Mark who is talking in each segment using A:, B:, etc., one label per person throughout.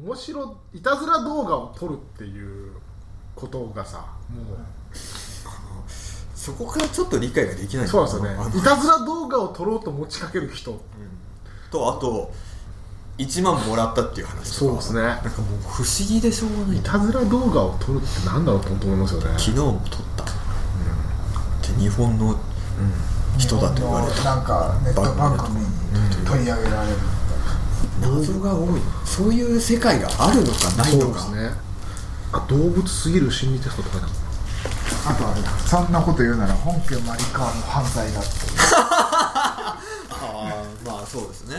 A: 面白いたずら動画を撮るっていうことがさも
B: そこからちょっと理解ができな
A: う
B: い
A: そうなんですよ
B: あ
A: ね
B: の
A: いたずら動画を撮ろうと持ちかける人
B: とあと1万もらったっていう話とか
A: そうですね
B: なんかもう不思議でしょうがない
A: いたずら動画を撮るってなんだろうと思いますよね
B: 昨日も撮った、で日本の人だと言われた
C: なんかネット番組に取り上げられる
B: 謎が多いそういう世界があるのかない
A: そう
B: の
A: で
B: か、
A: すねあ動物すぎる心理テストとかだ
C: あとあれだそんなこと言うなら本家マリカーも犯罪だって
B: ああまあそうですね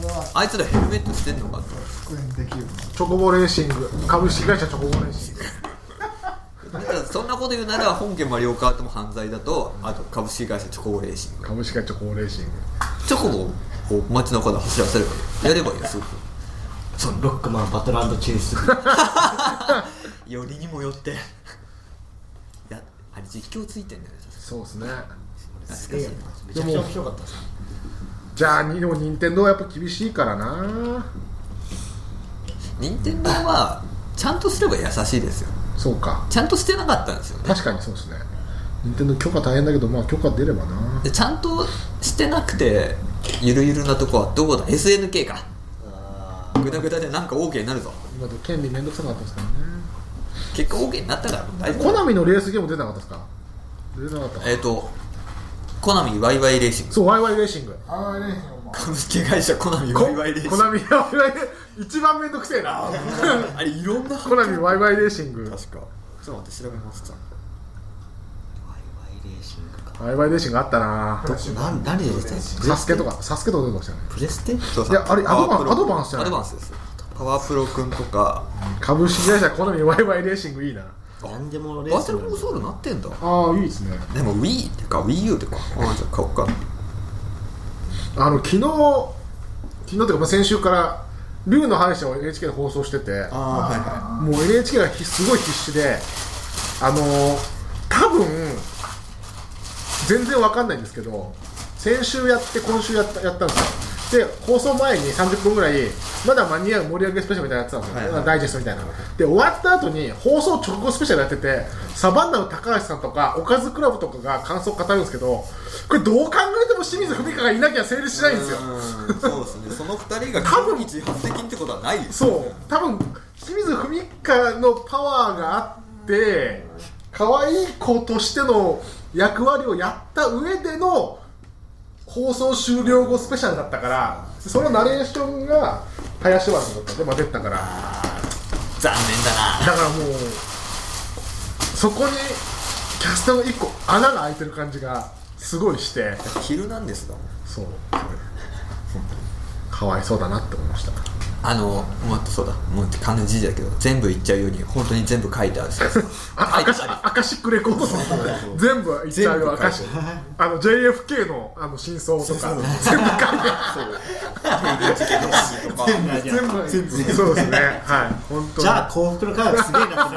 C: これは
B: あいつらヘルメットしてんのかと
C: 復縁できる
A: チョコボレーシング株式会社チョコボレーシング
B: だからそんなこと言うなら本家マリオカートも犯罪だとあと株式会社チョコボレーシング
A: 株式会社チョコボレーシング
B: チョコボをこう街中で走らせればいいやればいいよすごく
D: そのロックマンバトランドチェイス
B: よりにもよっていやあれ実況ついてんだよね
A: そうですね
D: すげえやってますめちゃくちゃ面白かったです
A: じゃあにでも任天堂はやっぱ厳しいからな
B: 任天堂はちゃんとすれば優しいですよ
A: そうか
B: ちゃんとしてなかったんですよね
A: 確かにそうですね任天堂許可大変だけどまあ許可出ればな
B: でちゃんとしてなくてゆるゆるなとこはどこだ SNK か
D: あ
B: グダグダでなんか OK になるぞ
A: 今でも権利面倒くさかったですからね
B: 結果 OK になったからもう大丈
A: コ
B: 夫
A: ナミのレースゲーム出なかったですか出なかったか
B: えっ、とコナミワイワイレーシング
A: そうワイワイレーシング
C: あれお前
B: 株式会社コナミワイワイレーシン
A: コ
B: グ
A: ナミワイワイ一番面倒くせえな
B: あれいろんな
A: コナミワイワイレーシング
B: 確かちょっと待って調べますちゃんと
D: ーワイワイレーシングか
A: ワイワイレーシングあったな
D: 何何で出てたんです
A: サスケとかサスケとか出てましたね
D: プレステ
B: そう
A: いやあれ
B: パワープロ
A: アドバンスじゃない
B: アドバンスですパワープロくんとか
A: 株式会社コナミワイワイレーシングいいな
D: 何でもレ
B: バ
D: ー
B: ーチ
D: ス
B: ャルコンソールなってんだ
A: ああいいですね
B: でも Wii ってか WiiU ってかあじゃあ買おうか
A: あの昨日昨日というかまあ先週から竜の歯医者を NHK で放送してて
B: あはいは
A: もう NHK がひすごい必死であのー多分全然わかんないんですけど先週やって今週やったやったんですよで放送前に30分ぐらいまだ間に合う盛り上げスペシャルみたいなのやってたんですよ、
B: はいはい
A: ダイジェストみたいなで終わった後に放送直後スペシャルやっててサバンナの高橋さんとかおかずクラブとかが感想を語るんですけどこれどう考えても清水文香がいなきゃ成立しないんですよ
B: うーんそうですねその二人が
A: 多
B: 過
A: 分
B: 去に自発的ってことはないです
A: そう多分清水文香のパワーがあって可愛い子としての役割をやった上での放送終了後スペシャルだったからそのナレーションが林原さんだったんで、まあ、出てたからだか
B: 残念だな
A: らもうそこにキャスターの一個穴が開いてる感じがすごいして
B: 昼なんですだもん
A: そうかわいそうだなって思いました
B: あのもっとそうだもう完全に時事だけど全部言っちゃうように本当に全部書いてある
A: あ
B: 書
A: ア
B: いて
A: カシ
B: ある
A: アカシックレコードさん全部一体
B: 全
A: ア
B: 部
A: カシックあの JFK のあの真相とか全部書いてある全部そうですねはい本当に
D: じゃあ幸福の科学すげえなってな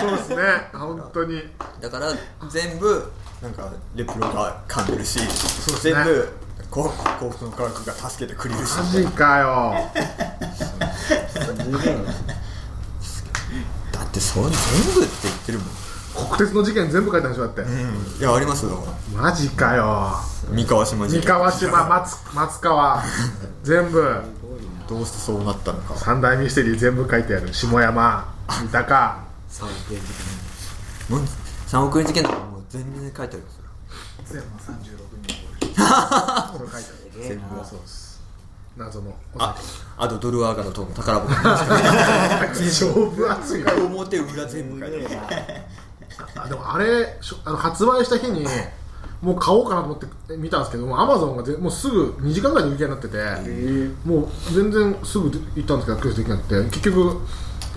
A: そうですね本当に
B: だから全部なんかレプロが噛んでるし、
A: うですね
B: 全部幸福幸福の科学が助けてくれるし
A: マジかよ
B: だってそれ全部って言ってるもん
A: 国鉄の事件全部書いてあるでしょだって
B: いやありますよだから
A: マジかよ
B: 三河島事
A: 三
B: 件
A: 河島松松川全部
B: どうしてそうなったのか
A: 三大ミステリー全部書いてある下山三鷹
D: 3億円的
B: もう3億円事件だからもう全然書いてありますよ
C: 全部36人
A: これ書いてある
D: すげえな
A: そうです謎の
B: ああとドルワーガの塔の宝箱
A: 勝負熱いよ
B: 表裏全部書いてある
A: あでもあれしょあの発売した日にもう買おうかなと思って見たんですけどもアマゾンがぜもうすぐ2時間ぐらいで売り切れになってて、もう全然すぐ行ったんですけどアクセスできなくて結局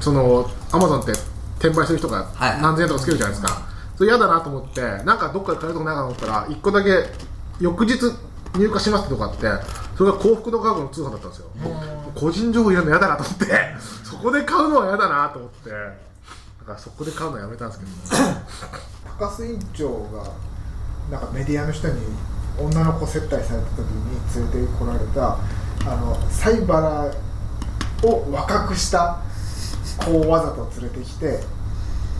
A: そのアマゾンって転売する人が
B: はい
A: 何千円とかつけるじゃないですか、それ嫌だなと思ってなんかどっかで買えるとこないかなと思ったら1個だけ翌日入荷しますってとこあってそれが幸福の科学の通販だったんですよ個人情報いらんの嫌だなと思ってそこで買うのは嫌だなと思ってだからそこで買うのはやめたんですけどね
C: 高須委員長がなんかメディアの人に女の子接待された時に連れてこられたあのサイバラを若くした子をわざと連れてきて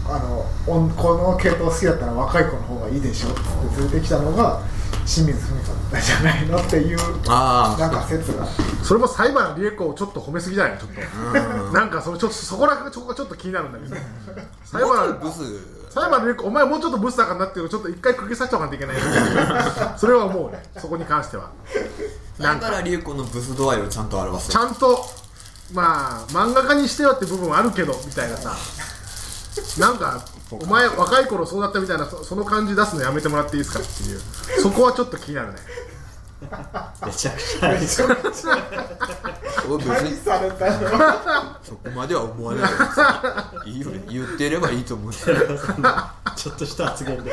C: あのおんこの系統好きだったら若い子の方がいいでしょっつって連れてきたのが清水文香だったんじゃないのっていう
B: あー
C: なんか説が
A: それもサイバー理恵子をちょっと褒めすぎじゃないちょっとなんかそれちょっとそこら辺がそこがちょっと気になるんだけどサイバ
B: もうちょい
A: ー
B: ブス
A: 裁判でお前もうちょっとブスだからなっていうのをちょっと一回釘刺しておかないといけないそれは思うねそこに関してはな
B: だ
A: ん
B: から
A: か
B: 龍子のブス度合いをちゃんと表す
A: ちゃんとまあ漫画家にしてよって部分はあるけどみたいなさなんかお前若い頃そうだったみたいなそその感じ出すのやめてもらっていいですかっていうそこはちょっと気になるね
D: めちゃくちゃ
C: めちゃくちゃ
B: 俺別
C: 何
B: に
C: されたの
B: そこまでは思わないですいいよね言ってればいいと思うそん
D: ちょっとした発言で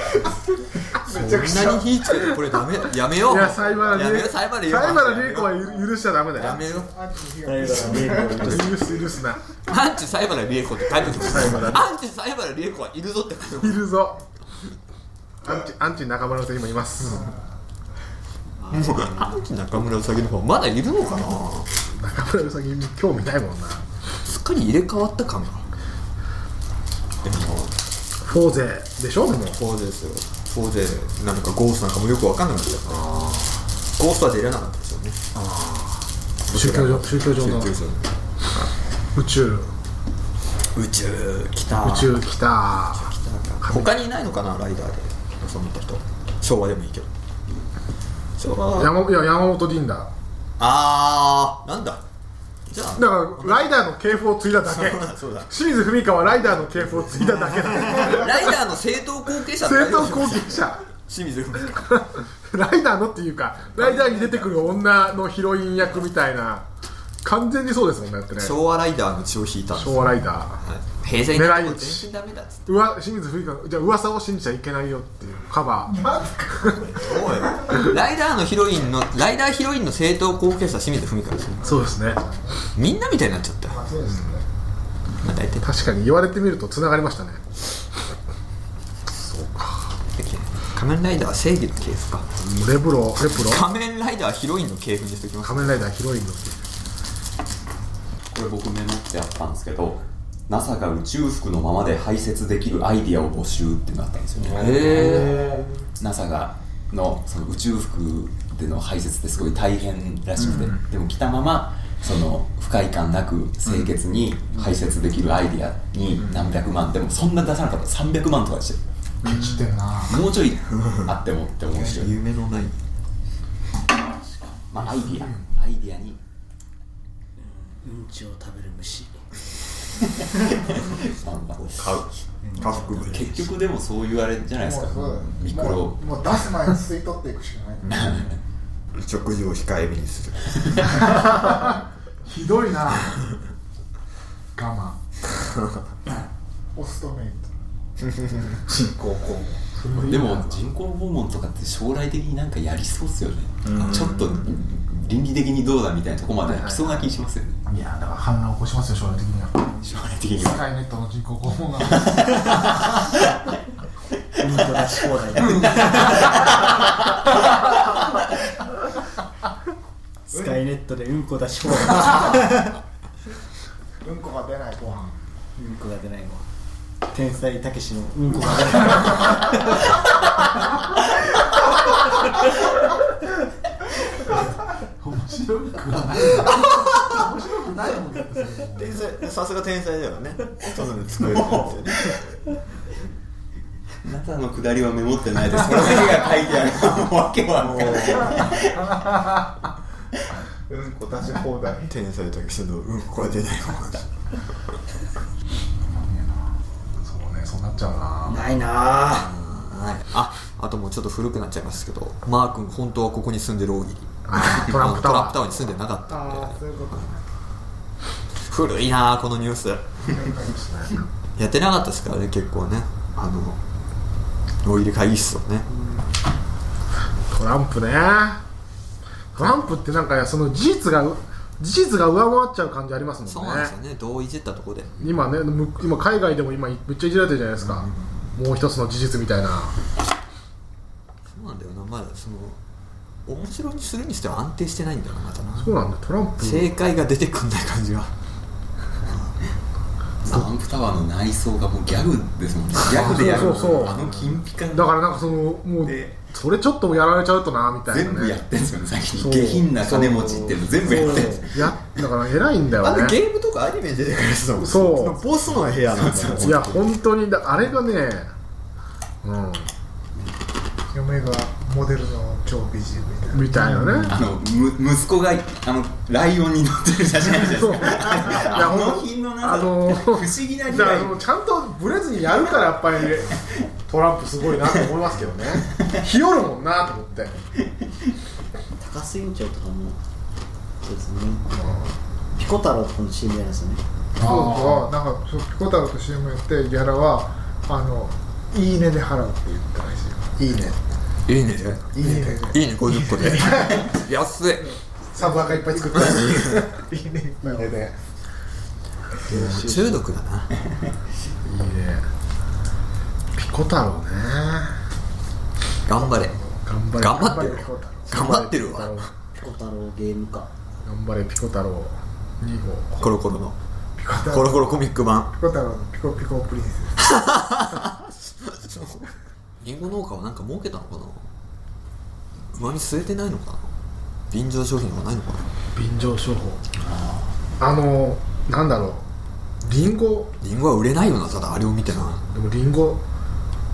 C: めちゃくちゃ
B: なに火つけてこれダメやめよう
A: いや裁判
B: や
A: で
B: めよう裁判で
A: 裁判で理恵子はゆ許しちゃダメだ
B: や
A: よ
B: めよう
C: アンチ
D: だい
C: 東
D: ぶ
A: 許す許すな
B: アンチサイバラリエコって書いてください。アンチサイバラリエコはいるぞって書いて
A: いるぞアンチアンチ中村さん今います
B: ます。もうアンチ中村うさぎの方まだいるのかな。
A: 中村うさぎ興味ないもんな
B: すっかり入れ替わった感が。でも
A: フォーゼでしょでも
B: フォーゼですよ。フォーゼなんかゴーストなんかもよくわかんなくなっちゃったな。ゴーストは出れなかったですよね。
A: 宗教上宗教上の
B: 集中する
A: 宇宙
B: 宇宙来た。
A: 宇宙来た
B: 他にいないのかなライダーでそう思った人。昭和でもいいけど。昭和は。
A: 山いや山本凛だ
B: あーなんだ。じゃあ
A: だからライダーの系譜を継いだだけ
B: そうだ。
A: 清水文香はライダーの系譜を継いだだけだ
B: ライダーの正当後継者って
A: 正当後継者
B: 清水文香
A: ライダーのっていうかライダーに出てくる女のヒロイン役みたいな完全にそうですもんねだってね
B: 昭和ライダーの血を引いたんです
A: 昭和ライダー
B: はい平成になってもう全然ダメだっつって
A: うわ清水文香じゃあ噂を信じちゃいけないよっていうカバー
B: おいライダーのヒロインのライダーヒロインの正当後継者清水文香ですよ
A: そうですね
B: みんなみたいになっちゃったよ
C: そうですね
B: まあ大体
A: 確かに言われてみるとつながりましたね
B: 仮面ライダーは正義の系譜か
A: レブロレプロ
B: 仮面ライダーヒロインの系譜にしておきます
A: 仮面ライダーヒロインの
E: これ僕メモってあったんですけど NASA が宇宙服のままで排泄できるアイディアを募集ってなったんですよね
B: へえ
E: NASA がのその宇宙服での排泄ってすごい大変らしくて、でも着たままその不快感なく清潔に排泄できるアイディアに何百万でもそんな出さなかった300万とかでし
C: ケチってんな
E: てもうちょいあってもって思うし、
B: 夢のない
E: まあ、アイディアアイディアに
D: うんちを食べる虫
E: なんだ
B: 買う家福部
E: 結局でもそういうあれじゃないですか
C: もうそうだよ
E: ミクロ
C: もうもう出す前に吸い取っていくしかない
B: 食事を控えめにする
C: ひどいな
A: 我
C: オストメイト進行項目
E: でも人工訪問とかって将来的になんかやりそうっすよね、ちょっと倫理的にどうだみたいなとこまで来そうな気しますよね、
C: いやだから反乱起こしますよ将来的には
E: 将来的に
C: ス
E: は
C: カイネットの人工肛門が
D: うんこ出し放題だスカイネットでうんこ出し放題
C: うんこが出ないご飯
D: うんこが出ないもん天才たけしのうんこが出ない
B: 天才さすが天才だよね その作れてるんですよね
E: NASA の下りはメモってないですそれだけが書いてあるわけはもう
C: うんこ出し放題
B: 天才だけしのうんこは出ないもんだ
A: 慢そうねそうなっちゃうな
D: ないなあ
B: はい、ああともうちょっと古くなっちゃいますけどマー君本当はここに住んでる大喜利
A: あートランプタ
B: あの
A: ワ
B: タ
A: ー
B: ワーに住んでなかった
C: ああそういうこと
B: 古いなあこのニュースやってなかったですからね結構ねあの大喜利会議室をね
A: トランプねトランプってなんかその事実が事実が上回っちゃう感じあります
B: そ
A: も
B: うんなん
A: ね
B: ですよねどういじったとこで
A: 今ねむ今海外でも今めっちゃいじられてるじゃないですか、もう一つの事実みたいな
B: そうなんだよなまだその面白にするにしては安定してないんだよなまたな
A: そうなんだトランプ
B: 正解が出てくんない感じが
E: サンプタワーの内装がもうギャグですもんねギャグでやる
A: そうそうそう
E: あの金ピカ
A: だからなんかそのもう
E: で
A: それちょっとやられちゃうとなみたいな、ね、
E: 全部やってんすよね最
A: そ
E: 近
A: う
E: 下品な金持ちっていうの全部やってんすよ
A: そうやだから偉いんだ
B: あ
A: よ
B: のゲ
A: ね
B: ームとかアニメに出てくるやつだもん
A: そう
B: のボスの部屋なんだよ
A: いや本当にだあれがねうん
C: 嫁がモデルの超美人みたいな
A: みたいなね
E: あのむ息子があのライオンに乗ってる写真あるじゃない
A: そう
E: ですか
A: いや
E: あの品のな
A: あ
E: んか
A: の
E: 不思議な
A: だ
E: ぐ
A: からら
E: い
A: そのちゃんとブレずにやるからやっぱりトランプすごいなと思いますけどね日和るもんなと思って
D: 高須院長とかもそうですねピコ太郎とかの CM やるんですよね
C: そうそうなんかそうピコ太郎と CM やってギャラはあの「いいね」で払うって言ったらしいよいいね
B: いいね
C: いいねで
B: いいね50個で 安い
C: サブアカいっぱい作って いいねいっぱい
A: 家で
B: 中毒だない
A: いねピコ太郎ね
B: 頑張れ
A: 頑張れ
B: 頑張って
C: ピコ太
B: 頑
C: 郎
B: 張ってるわ
D: ピコ太郎ゲームか
A: 頑張れピコ太郎2号
B: コロコロの
C: ピコ太
B: コ
C: 郎
B: ロコロコミック版
C: ピコ太郎のピコピコプリンセス
B: リンゴ農家はなんか儲けたのかなうまみ据えてないのかな便乗商品とかないのかな
A: 便乗商法あのなんだろうリンゴ
B: リンゴは売れないよなただあれを見てな
A: でもリンゴ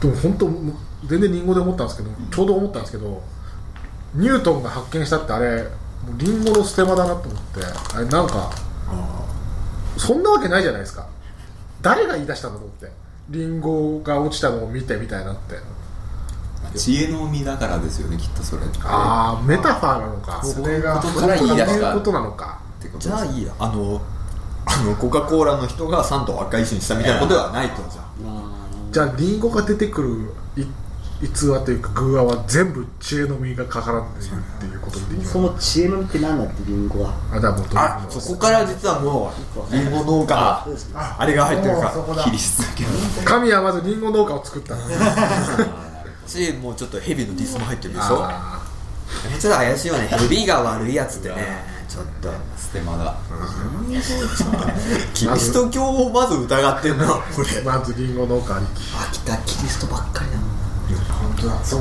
A: でも本当む全然リンゴで思ったんですけどちょうど思ったんですけどニュートンが発見したってあれもうリンゴの捨て場だなと思ってあれなんかそんなわけないじゃないですか誰が言い出したんだと思ってリンゴが落ちたのを見てみたいなって
E: 知恵の実だからですよねきっとそれって
A: ああメタファーなのか
E: そ
A: そう
E: い
A: れ
E: うこ
A: が
E: とから言い出した
A: そういうことなのか
E: ってことです
B: じゃあいいやあのあのコカ・コーラの人がサンドを赤い石にしたみたいなことではないとじゃあ
D: まあ
A: じゃあリンゴが出てくるい逸話というか偶話は全部知恵の実がかからんでいるっていうことでいい
D: そ
A: の
D: も知恵の実って何だってリンゴは
A: あだからもうどう
B: あそこから実はもうリンゴ農
D: そ
B: 家が
D: うですね
B: あれが入ってるか
C: もうそこだ
E: キリスト教
A: 神はまずリンゴ農家を作ったの
B: しもうちょっとヘビのディスも入ってるでしょ
A: あ
B: ちょっと怪しいよねヘビが悪いやつってねちょっと
E: ステマだ
B: キリスト教をまず疑ってんのこ
A: ー
B: れ
A: まずリンゴ農家ありき
B: 飽きたキリストばっかりなの
C: そう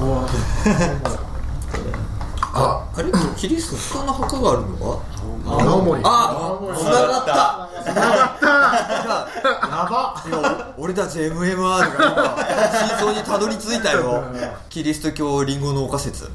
B: ああれキリストの墓があるのか
A: 青森
B: あ
C: 青森
B: つながったつながったやば俺たち MMR が今真相にたどり着いたよキリスト教リンゴ農家説